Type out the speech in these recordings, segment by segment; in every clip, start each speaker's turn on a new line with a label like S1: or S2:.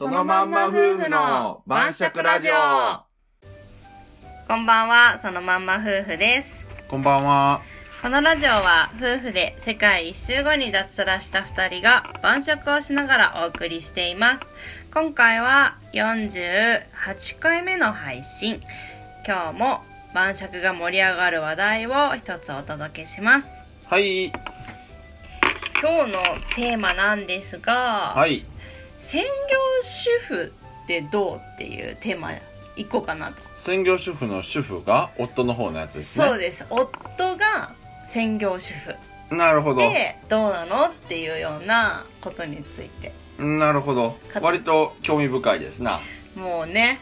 S1: のまんま夫婦の晩酌ラジオ
S2: こんばんは、そのまんま夫婦です。
S3: こんばんは。
S2: このラジオは夫婦で世界一周後に脱サラした二人が晩酌をしながらお送りしています。今回は48回目の配信。今日も晩酌が盛り上がる話題を一つお届けします。
S3: はい。
S2: 今日のテーマなんですが、
S3: はい。
S2: 専業主婦ってどうっていうテーマいこうかなと。
S3: 専業主婦の主婦が夫の方のやつですね。
S2: そうです。夫が専業主婦。
S3: なるほど。
S2: でどうなのっていうようなことについて
S3: なるほど
S2: か。
S3: 割と興味深いですな。
S2: もうね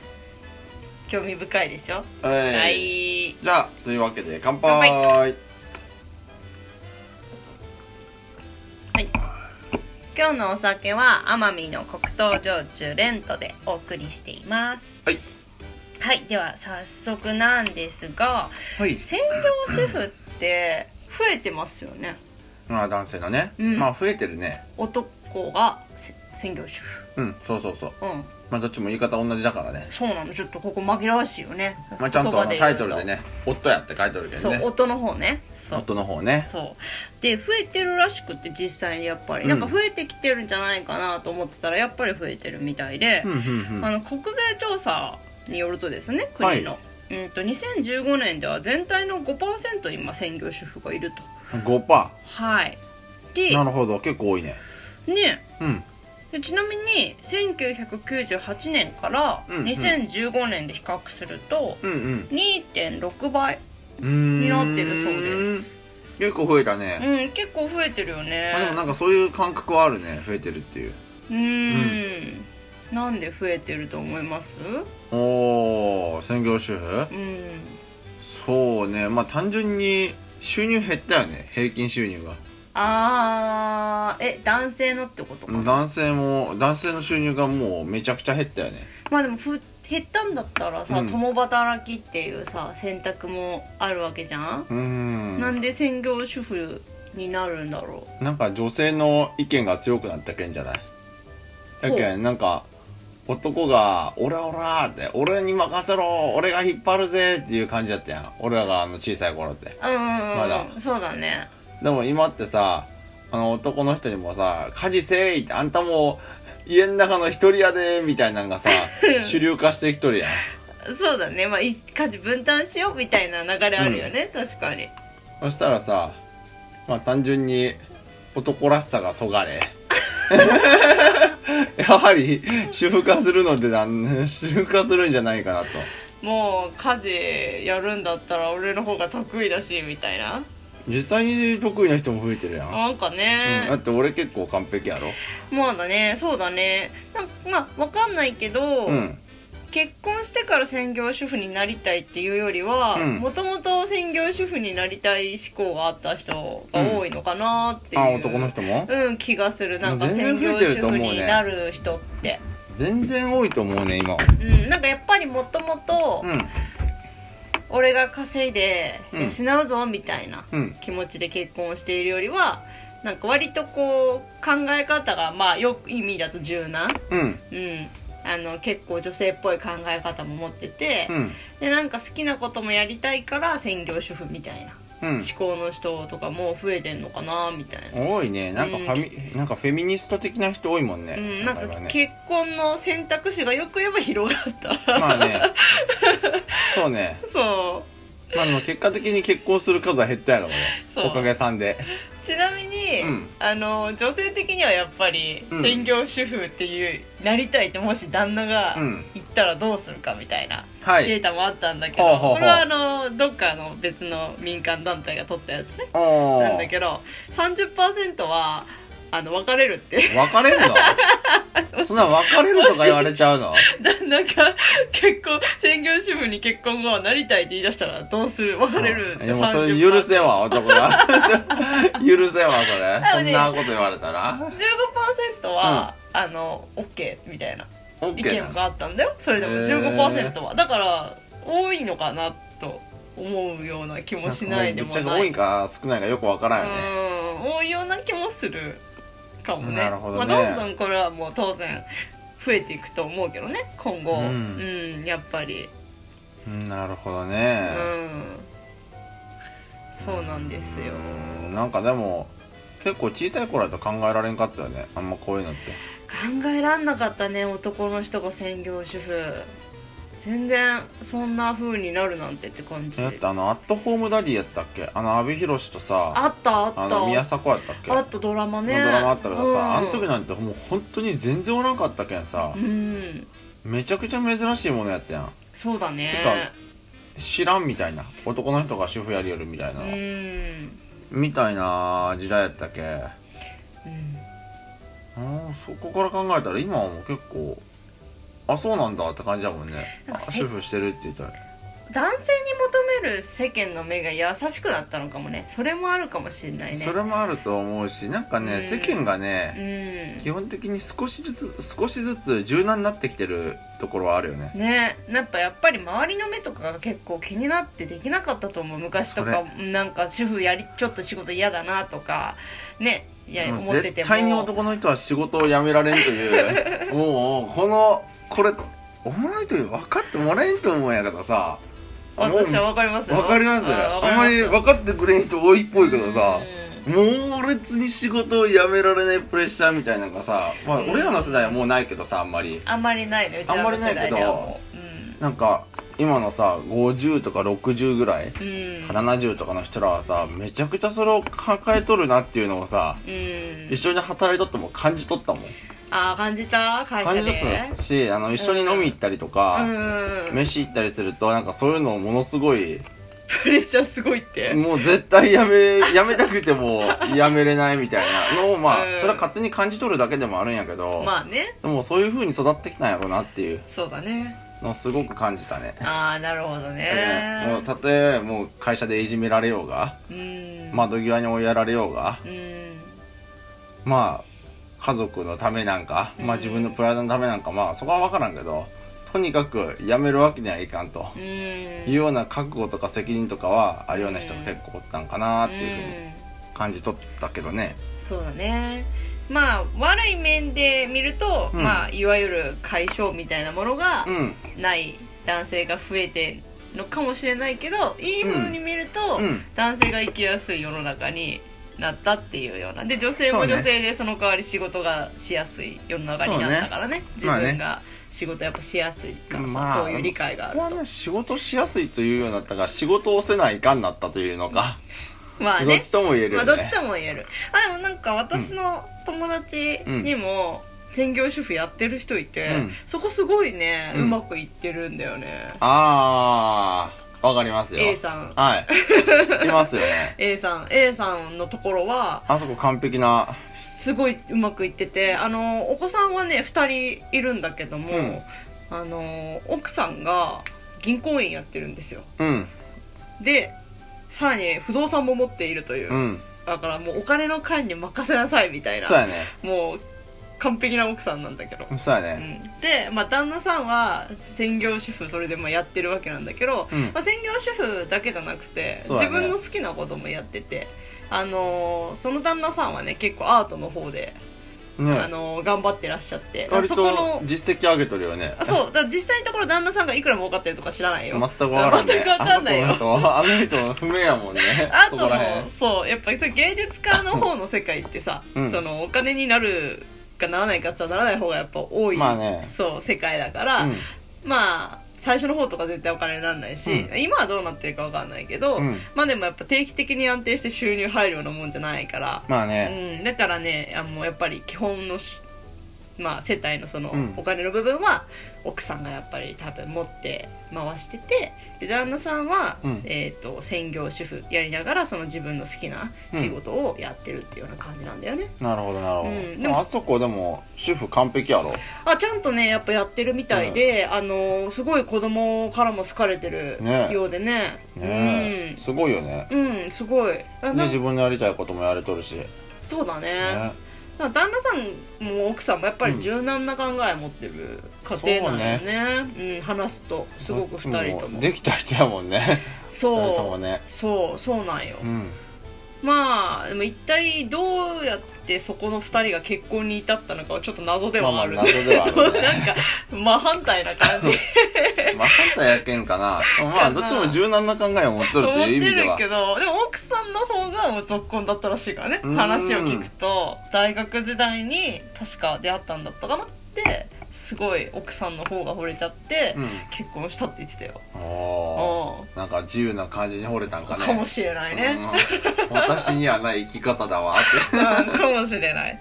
S2: 興味深いでしょ、
S3: は
S2: はい
S3: じゃあ、というわけで乾杯。
S2: 乾今日のお酒は奄美の黒糖焼酎レントでお送りしています
S3: はい
S2: はいでは早速なんですが
S3: はい。
S2: 専業主婦って増えてますよね
S3: まあ、男性のね。
S2: うん
S3: まあ、増えてるね。
S2: 男がせ専業主婦
S3: うん、そうそうそう。
S2: うん
S3: まあ、どっちも言い方同じだからね。
S2: そうなのちょっとここ紛らわしいよね、
S3: まあ、ちゃんとあの
S2: 言葉
S3: タイ
S2: 言
S3: ト
S2: う
S3: ル
S2: と
S3: でね、夫やって書いてあるけど
S2: そう
S3: ね。
S2: 音の方ねそう
S3: 夫の方ね。
S2: そうで増えてるらしくって実際にやっぱりなんか
S3: うん
S2: 増えてきてるんじゃないかなと思ってたらやっぱり増えてるみたいで
S3: う、ん、うん、う
S2: あ
S3: ん。
S2: の国税調査によるとですね国の、うんと2015年では全体の5%今専業主婦がいると
S3: 5%。
S2: はいで
S3: なるほど。結構多いね。
S2: ね
S3: うん。
S2: でちなみに1998年から
S3: うんうん
S2: 2015年で比較すると
S3: うん、うん。
S2: 2.6倍
S3: うーん
S2: になってるそうです
S3: 結構増えたね。
S2: うん結構増えてるよね
S3: まあ、でもなんかそういう感覚はあるね増えてるっていう
S2: うーん、なんで増えてると思います
S3: おー専業主婦
S2: うん
S3: そうねまあ単純に収入減ったよね平均収入が
S2: あーえ男性のってことかな
S3: 男性も男性の収入がもうめちゃくちゃ減ったよね
S2: まあでもふ減ったんだったらさ、
S3: うん
S2: 共働きっていうさ選択もあるわけじゃん、
S3: うーん
S2: なんで専業主婦になるんだろ
S3: なんか女性の意見が強くなったけんじゃない
S2: ほう
S3: やけんなんか男が「オラオラ」って「俺に任せろ俺が引っ張るぜ」っていう感じだったやん俺らがあの小さい頃って
S2: ううんうんうん、
S3: まだ
S2: そうだね
S3: でも今ってさ、あの男の人にもさ、家事せいってあんたもう家の中の一人やで、みたいなのが さ、主流化してきとるやん。
S2: そうだねまあい家事分担しようみたいな流れあるよね、確かに
S3: そしたらさ、まあ単純に男らしさがそが れ。やはり主婦化するのでなん、主婦化するんじゃないかなと。
S2: もう家事やるんだったら俺の方が得意だしみたいな
S3: 実際に得意な人も増えてるやん。うん
S2: なんかね、
S3: だって俺結構完璧やろ。
S2: まあだねそうだねなんまあわかんないけど、
S3: うん。
S2: 結婚してから専業主婦になりたいっていうよりは
S3: うん
S2: もともと専業主婦になりたい思考があった人が多いのかなっていう、
S3: あ、
S2: うん、
S3: 男の人も
S2: 気がするなんか
S3: 全
S2: 専
S3: 然増え
S2: 業
S3: てる
S2: 主
S3: と
S2: 婦
S3: 思うね
S2: になる人って
S3: 全然多いと思うね、今。
S2: うんなんかやっぱりもともと
S3: うん。
S2: 俺が稼いで
S3: うん
S2: 養うぞみたいな
S3: うん。
S2: 気持ちで結婚しているよりはなんか割とこう考え方がまあよく意味だと柔軟
S3: うん。
S2: うん、あの結構女性っぽい考え方も持ってて、
S3: うん。
S2: でなんか好きなこともやりたいから専業主婦みたいな
S3: うん
S2: 思考の人とかも増えてんのかなみたいな、
S3: 多いねなんかファミ、なんかフェミニスト的な人多いもんね、
S2: うん、なん
S3: 今
S2: か
S3: はね
S2: 結婚の選択肢がよく言えば広がった
S3: まあねそうね
S2: そ
S3: まあでも結果的に結婚する数は減ったやろうね
S2: そう
S3: おかげさんで
S2: うちなみに、
S3: うん
S2: あの女性的にはやっぱり
S3: うん
S2: 専業主婦っていう、なりたいってもし旦那が
S3: うん
S2: 言ったらどうするかみたいな
S3: はい
S2: データもあったんだけど、
S3: ほうほうほう
S2: これはあのどっかの別の民間団体が取ったやつね
S3: おお
S2: なんだけど30%はあの別れるって
S3: 別れるのそんな別れるとか言われちゃうの
S2: 旦那が結婚専業主婦に結婚後はなりたいって言い出したらどうする別れるって
S3: でもそれ許せんわ男 が許せんわそれ
S2: あ
S3: そ
S2: の
S3: ん
S2: ね
S3: なこと言われたら
S2: 15%は、あの OK みたいな意
S3: OK な
S2: 見があったんだよそれでも
S3: へー
S2: 15%はだから多いのかなと思うような気もしないでも
S3: ぶっちゃ
S2: な
S3: け多
S2: い
S3: いか少ないかよくわからんよね、
S2: うん多いような気もするかもね
S3: なるほどね
S2: まあ、どんどんこれはもう当然増えていくと思うけどね今後、う
S3: うんん
S2: やっぱり、
S3: うんなるほど
S2: う
S3: ね、
S2: ん、そうなんですよ、
S3: うんなんかでも結構小さい頃だと考えられんかったよねあんまこういうのって
S2: 考えらんなかったね男の人が専業主婦全然そんな風になるなんてって感じ
S3: だってあのアットホームダディやったっけあの阿部寛とさ
S2: あったあっ
S3: あの宮
S2: た
S3: 迫やったっけ
S2: あったドラマね
S3: のドラマあったけどさ、
S2: うん
S3: あの時なんてもう本当に全然おらんかったけんさ
S2: う、ん
S3: めちゃくちゃ珍しいものやったやん
S2: そうだね
S3: 知らんみたいな男の人が主婦やりよるみたいうな、
S2: ん、
S3: みたいな時代やったっけ
S2: うん、
S3: うんそこから考えたら今はもう結構あそうなんだって感じだもんね
S2: なん
S3: あ
S2: かせ
S3: 主婦してるって言ったら
S2: 男性に求める世間の目が優しくなったのかもねそれもあるかもしれないね
S3: それもあると思うしなんかね、
S2: うん
S3: 世間がね、基本的に少しずつ少しずつ柔軟になってきてるところはあるよ
S2: う
S3: ね
S2: んねやっぱやっぱり周りの目とかが結構気になってできなかったと思う昔とかなんか主婦やりちょっと仕事嫌だなとかねいや
S3: うん
S2: 思ってて
S3: 絶対に
S2: も
S3: 男の人は仕事を辞められんというもうこのこれおもろいという分かってもらえんと思うんやけどさ
S2: 私は分かりますよ
S3: 分かります
S2: うんわ
S3: あんまり分かってくれん人多いっぽいけどさ、猛烈に仕事を辞められないプレッシャーみたいなのがさ、まあ、
S2: うん
S3: 俺らの世代はもうないけどさあんまり
S2: うんあんまりないねうちらの世代ではもう
S3: なんか今のさ50とか60ぐらい
S2: うんうん
S3: 70とかの人らはさめちゃくちゃそれを抱えとるなっていうのをさ
S2: うん
S3: 一緒に働いとっても感じとったもん
S2: ああ感じた会社
S3: 感じ
S2: で
S3: とったしあの一緒に飲み行ったりと
S2: うん
S3: か、
S2: うんうん
S3: 飯行ったりするとなんかそういうのをものすごい
S2: プレッシャーすごいって
S3: もう絶対やめやめたくてもやめれないみたいなのをまあ
S2: うん
S3: それは勝手に感じ取るだけでもあるんやけど、
S2: まあね
S3: でもそういう風に育ってきたんやろうなっていう
S2: そうだね
S3: のをすごく感じたね。
S2: ああなる ほど
S3: うんもう
S2: ね
S3: たとえもう会社でいじめられようが
S2: うん
S3: 窓際に追いやられようが
S2: うん
S3: まあ家族のためなんか、まあ、自分のプライドのためなんかまあそこは分からんけどとにかくやめるわけにはいかんと
S2: うん
S3: いうような覚悟とか責任とかはあるような人が結構おったんかなっていうふうに
S2: うん
S3: 感じ取ったけどね。
S2: そうだねまあ悪い面で見ると、
S3: うん
S2: まあいわゆる解消みたいなものが
S3: うん、
S2: ない男性が増えてのかもしれないけどいい風に見ると、
S3: うん
S2: 男性が生きやすい世の中になったっていうようなで女性も
S3: そうね
S2: 女性でその代わり仕事がしやすい世の中になったからね自
S3: そうねまあね
S2: 分が仕事やっぱしやすいからさ、
S3: まあ
S2: そういう理解が
S3: こ
S2: ある
S3: れは
S2: と
S3: ね仕事しやすいというようになったが仕事をせないかんなったというのか、
S2: まあ
S3: どっ
S2: ね
S3: ちとも言える
S2: ま
S3: よね。
S2: あどっちとも言えるあでもなんか私の友達にも専業主婦やってる人いて、
S3: うん
S2: そこすごいね、う
S3: うん
S2: まくいってるんだよね
S3: ああ、わかりますよ。
S2: A さん
S3: はい。いますよね。
S2: A さん A さんのところは
S3: あそこ完璧な。
S2: すごいうまくいっててあのお子さんはね2人いるんだけども、
S3: うん
S2: あの奥さんが銀行員やってるんですよ
S3: うん、
S2: でさらに不動産も持っているという、
S3: うん。
S2: だからもうお金の管理任せなさいみたいな
S3: そうやね。
S2: もう完璧な奥さんなんだけど、
S3: そうや
S2: う
S3: ね。
S2: ん、で、まあ、旦那さんは専業主婦それでまあやってるわけなんだけど、
S3: うん
S2: まあ、専業主婦だけじゃなくて、
S3: そうだね
S2: 自分の好きなこともやってて、あのーその旦那さんはね結構アートの方であ
S3: ね
S2: の頑張ってらっしゃって
S3: 割
S2: そこ
S3: と
S2: の
S3: 実績上げとるよね。
S2: あそうだから実際のところ旦那さんがいくら儲かってるとか知らないよ
S3: 全くわからん、ね。
S2: 全くわかんないよ
S3: あそこの人あの人不明やもんね。
S2: あ
S3: そ
S2: と
S3: こら
S2: も
S3: 辺。
S2: そうやっぱりそう芸術家の方の世界ってさ、
S3: うん
S2: そのお金になるかならないかさならない方がやっぱ多い、
S3: まあね
S2: そう世界だから、まあ最初の方とか絶対お金にならないし、
S3: う
S2: 今はどうなってるかわかんないけど、
S3: うん。うん。
S2: まあでもやっぱ定期的に安定して収入入るようなもんじゃないから、
S3: まあね。
S2: うん、だからねあもうやっぱり基本のし、まあ、世帯のその
S3: うん
S2: お金の部分は奥さんがやっぱり多分持って回しててで旦那さんは、
S3: うん
S2: えー、と専業主婦やりながらその自分の好きな仕事をやってるっていうような感じなんだよね、
S3: なるほど、なるほど。
S2: うんで
S3: で
S2: も
S3: もあそこでも、主婦完璧やろ。
S2: あちゃんとねやっぱやってるみたいで、あのすごい子供からも好かれてる
S3: ね
S2: ようでね
S3: ねえすごいよね。
S2: うん、うん、すごいあ
S3: ね
S2: な
S3: 自分のやりたいこともやれとるし。
S2: そうだね
S3: ね。
S2: だから旦那さんも奥さんもやっぱり柔軟な考え持ってる家庭なんよね,、うん、話すとすごく2人とも
S3: できた人やもんね。
S2: そ
S3: 二
S2: う
S3: 人ともね。
S2: そうそうなんよ、
S3: うん。
S2: まあでも一体どうやってそこの2人が結婚に至ったのかはちょっと謎で
S3: まあ
S2: は
S3: ま
S2: あ
S3: あ
S2: る、
S3: 謎ではあるね
S2: なんか真反対 な感じ
S3: まあ反対やけんかなまあどっちも柔軟な考えを持っとる
S2: 思
S3: と
S2: って
S3: いう意味で
S2: る
S3: は
S2: けどでも奥さんの方がもう続婚だったらしいからね
S3: うん
S2: 話を聞くと大学時代に確か出会ったんだったかなってすごい奥さんの方が惚れちゃって、
S3: うん
S2: 結婚したって言ってたよ
S3: おー
S2: あ
S3: なんか自由な感じに惚れたんか
S2: あ
S3: ね
S2: かもしれないね、
S3: うん私にはない生き方だわっ
S2: うんかもしれない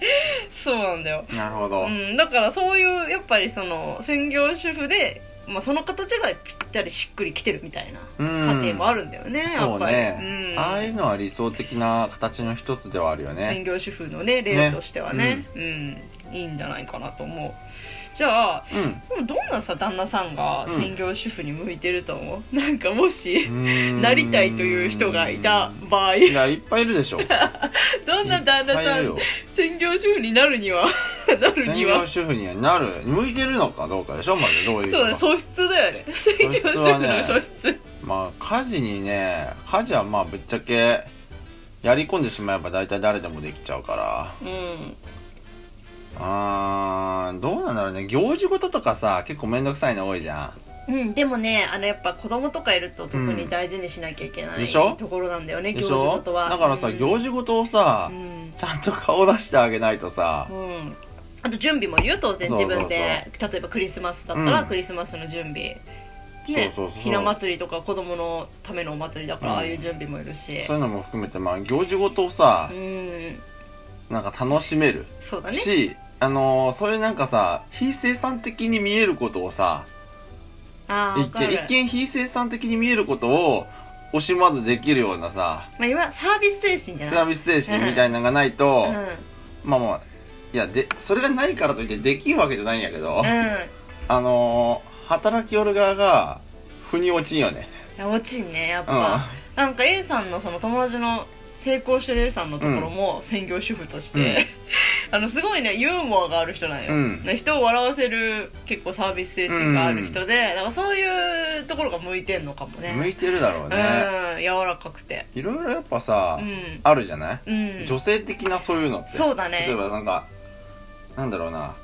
S2: そうなんだよ、
S3: てなるほど、
S2: うん、だからそういうやっぱりその専業主婦で、まあ、その形がぴったりしっくりきてるみたいな家庭もあ
S3: る
S2: るんだよね、や
S3: そ
S2: っ
S3: う
S2: ぱり
S3: ね、
S2: うん
S3: ああいうのは理想的な形の一つではあるよ
S2: 専
S3: ね
S2: 業主婦のね例としてはねうん、いいんじゃないかなと思うじゃあ
S3: うん
S2: でもどんなさ旦那さんが
S3: うん
S2: 専業主婦に向いてると思う、なんかもし
S3: うーん
S2: なりたいという人がいた場合
S3: いやいっぱいいるで しょ
S2: どんな旦那
S3: いっぱ
S2: さ
S3: いいる
S2: ん
S3: よ
S2: 専業主婦になるにはなる
S3: 専
S2: に
S3: 業
S2: は
S3: 主婦にはなる向いてるのかどうかでしょまずどういう
S2: そうだね
S3: か
S2: 素質だよね専業主婦の素質
S3: まあ家事にね家事はまあぶっちゃけやり込んでしまえば大体誰でもできちゃうから
S2: うん
S3: あーどうなんだろうね行事事とかさ結構めんどくさいの多いじゃ
S2: うん、でもねあのやっぱ子供とかいると特に大事にしなきゃいけない、
S3: でしょ
S2: ところなんだよね
S3: んで
S2: 行
S3: し
S2: 事
S3: ょ
S2: 事は
S3: だからさ、
S2: うん
S3: 行事事をさ、
S2: うん
S3: ちゃんと顔出してあげないとさ、
S2: うんあと準備も言う当然
S3: そう
S2: 自
S3: そうそう
S2: 分で例えばクリスマスだったら
S3: うん
S2: クリスマスの準備、
S3: そう
S2: ね
S3: そうそう
S2: ひな祭りとか子供のためのお祭りだから、
S3: うん
S2: ああいう準備もいるし
S3: そういうのも含めてまあ行事事をさ
S2: う、ん
S3: なんか楽しめる
S2: そうだね
S3: し、あのーそういうなんかさ非生産的に見えることをさ
S2: ああ
S3: 一
S2: 分かる
S3: 見一見非生産的に見えることを惜しまずできるようなさ
S2: まあ、いわゆるサービス精神じゃ
S3: サ
S2: ない
S3: ービス精神みたいなのがないと、
S2: うん、うん
S3: まあまあいやでそれがないからといってできんわけじゃないんやけど、あのー働きよる側が腑に落ちんよね
S2: いや落ちんねやっ
S3: うん
S2: ぱ、なんか A さんのその友達の成功してる A さんのところも専業主婦として、 あのすごいねユーモアがある人なんよ、
S3: うん
S2: ね人を笑わせる結構サービス精神がある人で、だからそういうところが向いてんのかもね
S3: 向いてるだろうね、
S2: うん柔らかくて
S3: いろいろやっぱさ、
S2: うん
S3: あるじゃない、
S2: うん
S3: 女性的なそういうのって
S2: そうだね
S3: 例えばなんかなんだろうな、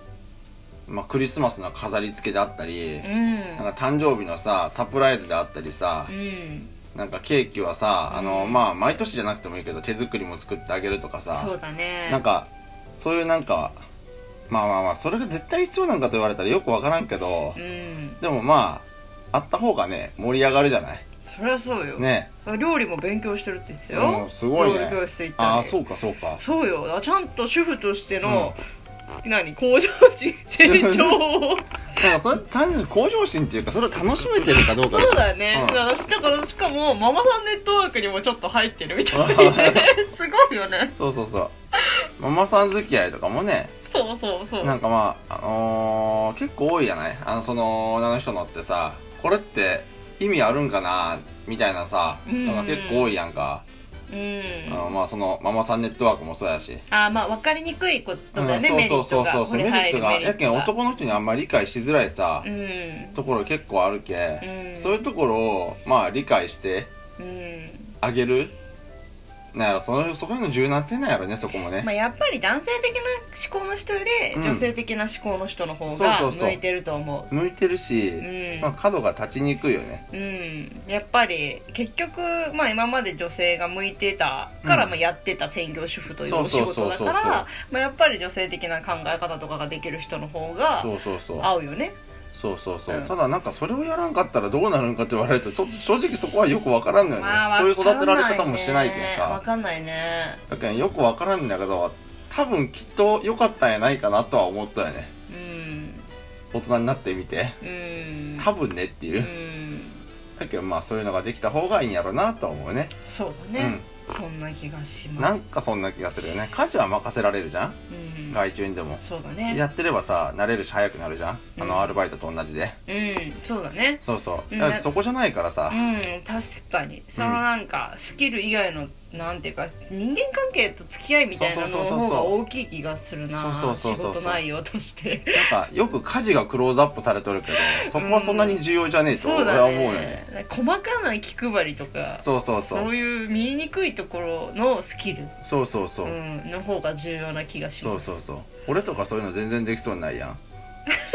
S3: まあ、クリスマスの飾り付けであったり、
S2: うん
S3: なんか誕生日のさサプライズであったりさ
S2: う、ん
S3: なんかケーキはさあの、
S2: うん
S3: まあ毎年じゃなくてもいいけど手作りも作ってあげるとかさ
S2: そうだね
S3: なんかそういうなんかまあまあまあそれが絶対必要なんかと言われたらよくわからんけど
S2: う、ん
S3: でもまああった方がね盛り上がるじゃない
S2: そりゃそうよ、
S3: ね
S2: 料理も勉強してるって言って
S3: う
S2: たよ
S3: んすごいね
S2: 料理教室行ったり
S3: ああそうかそうか
S2: そうよだからちゃんと主婦としての、何向上 心成長を
S3: なんかそれ単純に向上心っていうかそれを楽しめてるかどうか
S2: そうだね、
S3: うん
S2: だからだからしかもママさんネットワークにもちょっと入ってるみたいな すごいよね
S3: そうそうそうママさん付き合いとかもね
S2: そうそうそう
S3: なんかまああのー結構多いじゃないあのその女の人のってさこれって意味あるんかなみたいなさ
S2: うん
S3: なんか結構多いやんか、
S2: うん
S3: あのまあそのママさんネットワークもそうやし
S2: あーまあ分かりにくいことだね、
S3: うん
S2: メリットがこ
S3: メ
S2: れ
S3: リッ
S2: 入
S3: ト
S2: る
S3: が
S2: メリ
S3: や
S2: ッ
S3: けん
S2: トが
S3: 男の人にあんまり理解しづらいさ、
S2: うん
S3: ところ結構あるけ、
S2: うん
S3: そういうところをまあ理解して
S2: うん
S3: あげるなんやろそのそこへの柔軟性なんやろねそこもね、
S2: まあ、やっぱり男性的な思考の人より
S3: うん
S2: 女性的な思考の人の方
S3: そう
S2: が
S3: そうそう
S2: 向いてると思
S3: 向いてるし、
S2: ううん
S3: まあ、角が立ちにくいよね
S2: うん、やっぱり結局、まあ、今まで女性が向いてたから、
S3: うん
S2: まあやってた専業主婦という
S3: そ
S2: お
S3: うそ
S2: 仕
S3: うそうそ
S2: 事
S3: う
S2: だからまあやっぱり女性的な考え方とかができる人の方が
S3: そうそうそう
S2: 合うよね
S3: そうそうそう、
S2: うん
S3: ただなんかそれをやらんかったらどうなるんかって言われるとそ正直そこはよくわからんのよね、
S2: まあ
S3: そういう育
S2: わか
S3: て
S2: んな
S3: ら
S2: いね
S3: れ方もしてないけん
S2: わ
S3: さ
S2: かんないね
S3: だけどよくわからんんだけど多分きっと良かったんやないかなとは思ったよね
S2: うん
S3: 大人になってみて
S2: うん
S3: 多分ねっていうう、
S2: ん
S3: だけどまあそういうのができた方がいいんやろうなとは思うね
S2: そうだね、そんな気がし
S3: うんなん
S2: ます
S3: かそんな気がするよね家事は任せられるじゃん
S2: うん、
S3: 外注にでも
S2: そうだね
S3: やってればさ慣れるし早くなるじゃんあ
S2: うん
S3: のアルバイトと同じで、
S2: うんそうだね
S3: そうそう
S2: うん
S3: だからそこじゃないからさ
S2: う、ん確かにそのなんかスキル以外のなんていうか人間関係と付き合いみたいなのの方が大きい気がするな
S3: そうそうそう
S2: 仕
S3: そう
S2: 事内容として
S3: なんかよく家事がクローズアップされとるけどそこはそんなに重要じゃねえと
S2: そう
S3: 俺
S2: だ
S3: は思うよね
S2: ね細かな気配りとか
S3: そうそう
S2: そ
S3: そうう
S2: いう見えにくいところのスキル、、
S3: そうそうそううん
S2: の方が重要な気がし
S3: そ
S2: ま
S3: う
S2: す
S3: そうそう俺とかそういうの全然できそうにないやん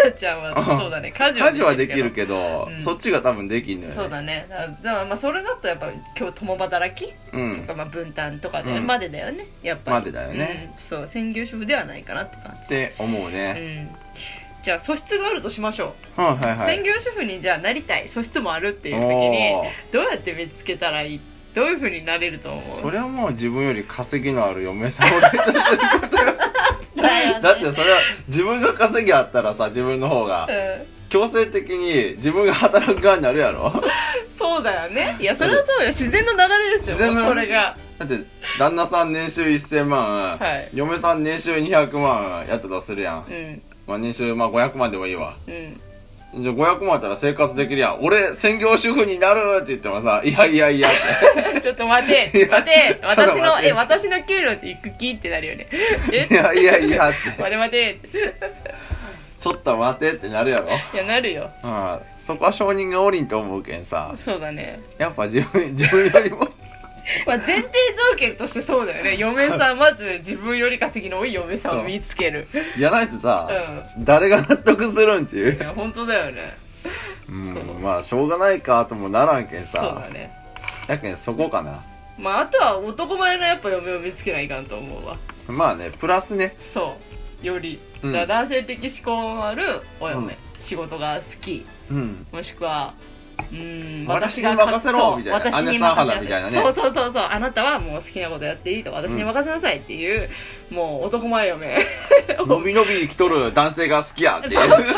S2: タ ちゃんはそうだね家事
S3: 家事は
S2: はで
S3: で
S2: き
S3: きる
S2: るけ
S3: けど、
S2: うん
S3: そっちが多分できんのよね
S2: どそうだねだだからまあそれだとやっぱ今日共働き
S3: う
S2: と
S3: ん
S2: か、まあ、分担とかで、
S3: うん
S2: までだよねやっぱり
S3: までだよね、
S2: うんそう専業主婦ではないかなって感
S3: っ
S2: じ
S3: て思うね、
S2: うんじゃあ素質があるとしましょう、
S3: はいはいはい
S2: 専業主婦にじゃあなりたい素質もあるっていう時
S3: お
S2: に
S3: ー
S2: どうやって見つけたらいいどういうふうになれると思
S3: そうれはもう自分より稼ぎのある嫁さんを出す
S2: だよね
S3: だってそれは自分が稼ぎあったらさ自分の方が
S2: う
S3: 強制的に自分が働く側になるやろ
S2: んそうだ よねいやそれはそうよ自然の流れですよ
S3: 自然の
S2: もうそれが
S3: だって旦那さん年収1000万、
S2: はい
S3: 嫁さん年収200万やったとするやん、
S2: うん
S3: まあ、年収まあ500万でもいいわ
S2: うん
S3: じゃあ500万やったら生活できるやん俺専業主婦になるって言ってもさいやいやいやって
S2: ちょっと待て、待て、
S3: ちょっと待
S2: 私
S3: て
S2: の、え、私の給料っていくきってなるよね。え
S3: い、やいやいやって
S2: 待て待て、
S3: ちょっと待てってなるやろ、
S2: いや、なるよ。
S3: まあ、そこは承認がおりんと思うけんさ
S2: そうだね。
S3: やっぱ自分自分よりも
S2: まあ、前提条件としてそうだよね。嫁さん、まず自分より稼ぎの多い嫁さんを見つける。
S3: いやないとさ、誰が納得するんっていう
S2: い、や、本当だよね。
S3: うん
S2: そう、
S3: まあしょうがないかともならんけん
S2: そう
S3: さ
S2: だね。
S3: やけんそこかな
S2: まあ、あとは男前のやっぱ嫁を見つけないかんと思うわ。
S3: まあねプラスね
S2: そう。より。
S3: うん
S2: だから男性的思考のあるお嫁、
S3: うん
S2: 仕事が好き。
S3: うん
S2: もしくは、うーん、
S3: 私に任せろ
S2: そう
S3: みたいな
S2: 私に
S3: 姉さん肌
S2: 任せ
S3: みたいなね
S2: そうそうそうそう、あなたはもう好きなことやっていいと、私に任せなさいっていう、もう男前嫁。
S3: 伸び伸び生きとる男性が好きやって
S2: そうそうそう。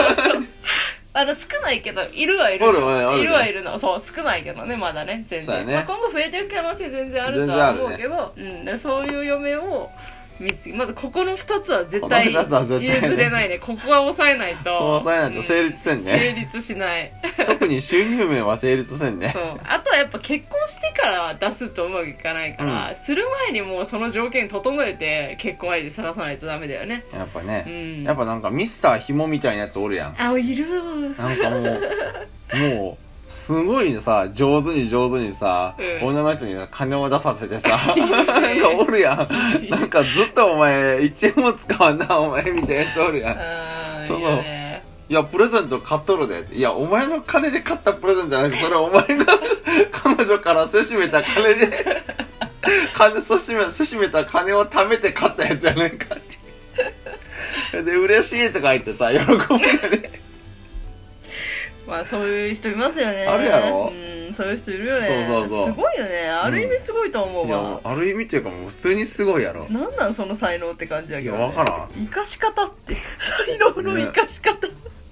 S2: あの、少ないけど、いるはいるの。
S3: おるおるおる
S2: いるはいるの。そう、少ないけどね、まだね、全
S3: そうや
S2: 然。
S3: ね
S2: まあ、今後増えていく可能性全然あるとは思うけ
S3: 全
S2: ど、うんで、そういう嫁を、見つけまずここの2つは絶
S3: こ
S2: 対
S3: の二つは絶対ね
S2: 譲れないねここは抑えないと
S3: ここは抑えないと成立せんね
S2: う成立しない
S3: 特に収入面は成立せんね
S2: そうあとはやっぱ結婚してから出すとうまくいかないから、
S3: う
S2: する前にもうその条件整えて結婚相手探さないとダメだよね
S3: やっぱね、
S2: うん
S3: やっぱなんかミスターひもみたいなやつおるやん
S2: あいるうん
S3: なんかもうもうすごいさ上手に上手にさ、
S2: うん
S3: 女の人に金を出させて さなんかおるやんなんかずっとお前1円も使わんなお前みたいなやつおるやんその
S2: いいよね
S3: いや、プレゼント買っとるでって。いや、お前の金で買ったプレゼントじゃなくて、それはお前が彼女からせしめた金で、金、そしめ、せしめた金を貯めて買ったやつじゃないかって。で、嬉しいとか言ってさ、喜ぶよね。
S2: まあそういう人いますよね
S3: あるやろ
S2: うんそういう人いるよね
S3: そうそうそう
S2: すごいよねある意味すごいと思
S3: いう
S2: わ
S3: や、、ある意味っていうかもう普通にすごいやろ。
S2: なんなんその才能って感じや
S3: い
S2: け
S3: や、
S2: ど、
S3: わからん。
S2: 生かし方って 才能の生かし方、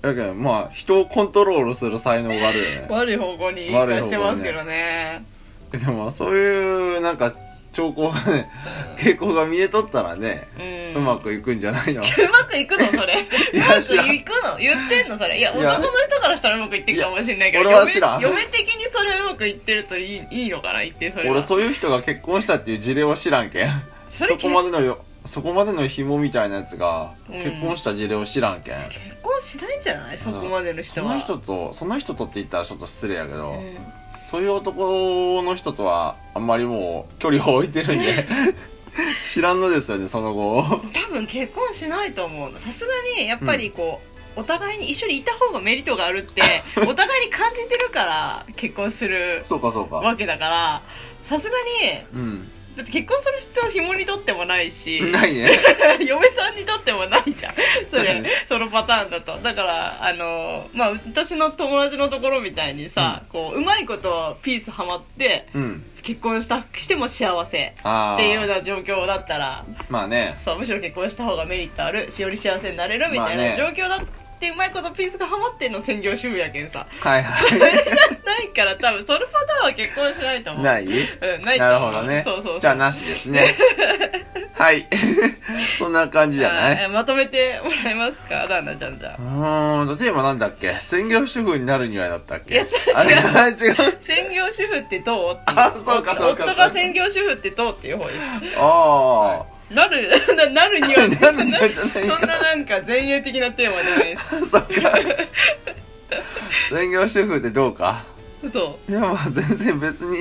S3: だけど、まあ、人をコントロールする才能があるよね。
S2: 悪い方向に生かしてますけどね
S3: でも、そういう、なんか、兆候がね、 傾向が見えとったらね、
S2: うん
S3: うまくいくんじゃ ないの
S2: うまくいくのそれ。う
S3: い
S2: ま
S3: や
S2: く
S3: 知らん
S2: いくの言ってんのそれ。いや、
S3: い
S2: 男
S3: や
S2: の人からしたらうまくいってるかもしれないけど、
S3: いや俺は知らん
S2: 嫁嫁的にそれうまくいってるといいいいのかな言ってそれは。
S3: 俺そういう人が結婚したっていう事例を知らんけん
S2: そ
S3: そ
S2: れ
S3: こまでのよそこまでの紐みたいなやつが
S2: うん
S3: 結婚した事例を知らんけん、
S2: 結婚しないんじゃないそこまでの
S3: そ
S2: 人は。
S3: の人とその人とって言ったらちょっと失礼やけど、
S2: うん
S3: そういう男の人とはあんまりもう距離を置いてるん で知らんのですよねその後
S2: 多分結婚しないと思うの。さすがに、やっぱりこう、お互いに一緒にいた方がメリットがあるって、お互いに感じてるから結婚する
S3: そうかそうか
S2: わけだから、さすがに、
S3: うん
S2: だって結婚する必要は紐にとってもないし。
S3: ない ね
S2: 嫁さんにとってもないじゃんそれ
S3: うん
S2: そのパターンだとだからあのまあ私の友達のところみたいにさ、こううまいことピースはまって
S3: うん
S2: 結婚したしても幸せ
S3: ああ
S2: っていうような状況だったら
S3: まあね
S2: そうむしろ結婚した方がメリットあるしより幸せになれるみたい
S3: まあ
S2: な
S3: ね
S2: 状況だってってうまいことピースがハマってんの専業主婦やけんさ
S3: はいは
S2: ないから多分そのパターンは結婚しないと思
S3: い。
S2: う
S3: ない
S2: うん、ないと
S3: なる
S2: 思う
S3: ほどね。
S2: そうそうそう
S3: じゃあなしですね。 はい。 そんな感じじゃない
S2: はいまとめてもらえますか旦那ちゃんじゃ
S3: う
S2: あ
S3: ーん、テーマなんだっけ専業主婦になるにはだったっけ
S2: いや違う
S3: あれ違う。
S2: 専業主婦ってどうってい
S3: あそうかそうか
S2: 夫が専業主婦ってどうっていう方です
S3: あ
S2: なるななるに は
S3: なるにはじゃない
S2: そんなそんななんか前衛的なテーマじゃないで
S3: あ、
S2: す
S3: そっか。専業主婦ってどうか
S2: そ
S3: いや、まあ全然別に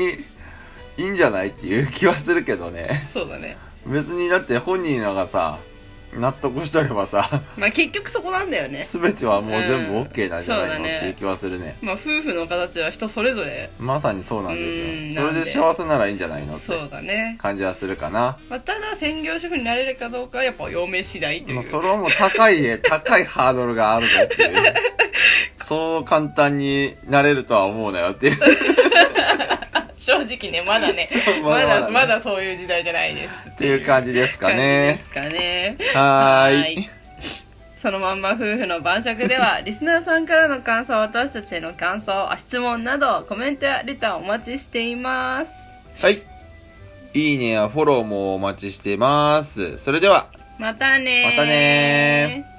S3: いいんじゃないっていう気はするけどね
S2: う。そうだね
S3: 別にだって本人らがさ、納得しとれば さ、
S2: まあ結局そこなんだよね
S3: すべてはもう全部
S2: うん
S3: OK なんじゃない
S2: そうだ
S3: の、
S2: ね
S3: っていう気はするね。
S2: まあ夫婦の形は人それぞれ
S3: まさにそうなんですよ。
S2: うん
S3: それで幸せならいいんじゃないのって
S2: そうだね、
S3: 感じはするかな。
S2: まあ、ただ専業主婦になれるかどうかはやっぱ嫁次第という、
S3: まあ、それはもう高 い、高いハードルがあるぞっていう。そう簡単になれるとは思うなよっ ていう。
S2: 正直ねま だねま
S3: まだまだね
S2: だまだそういう時代じゃないです
S3: っていう感じですか
S2: 感じで
S3: ね。
S2: すかね
S3: はーい。
S2: はいそのまんま夫婦の晩酌で はリスナーさんからの感想私たちへの感想あ質問などコメントやレターお待ちしています
S3: はい。いいねやフォローもお待ちしてます。それでは、
S2: またねー
S3: またね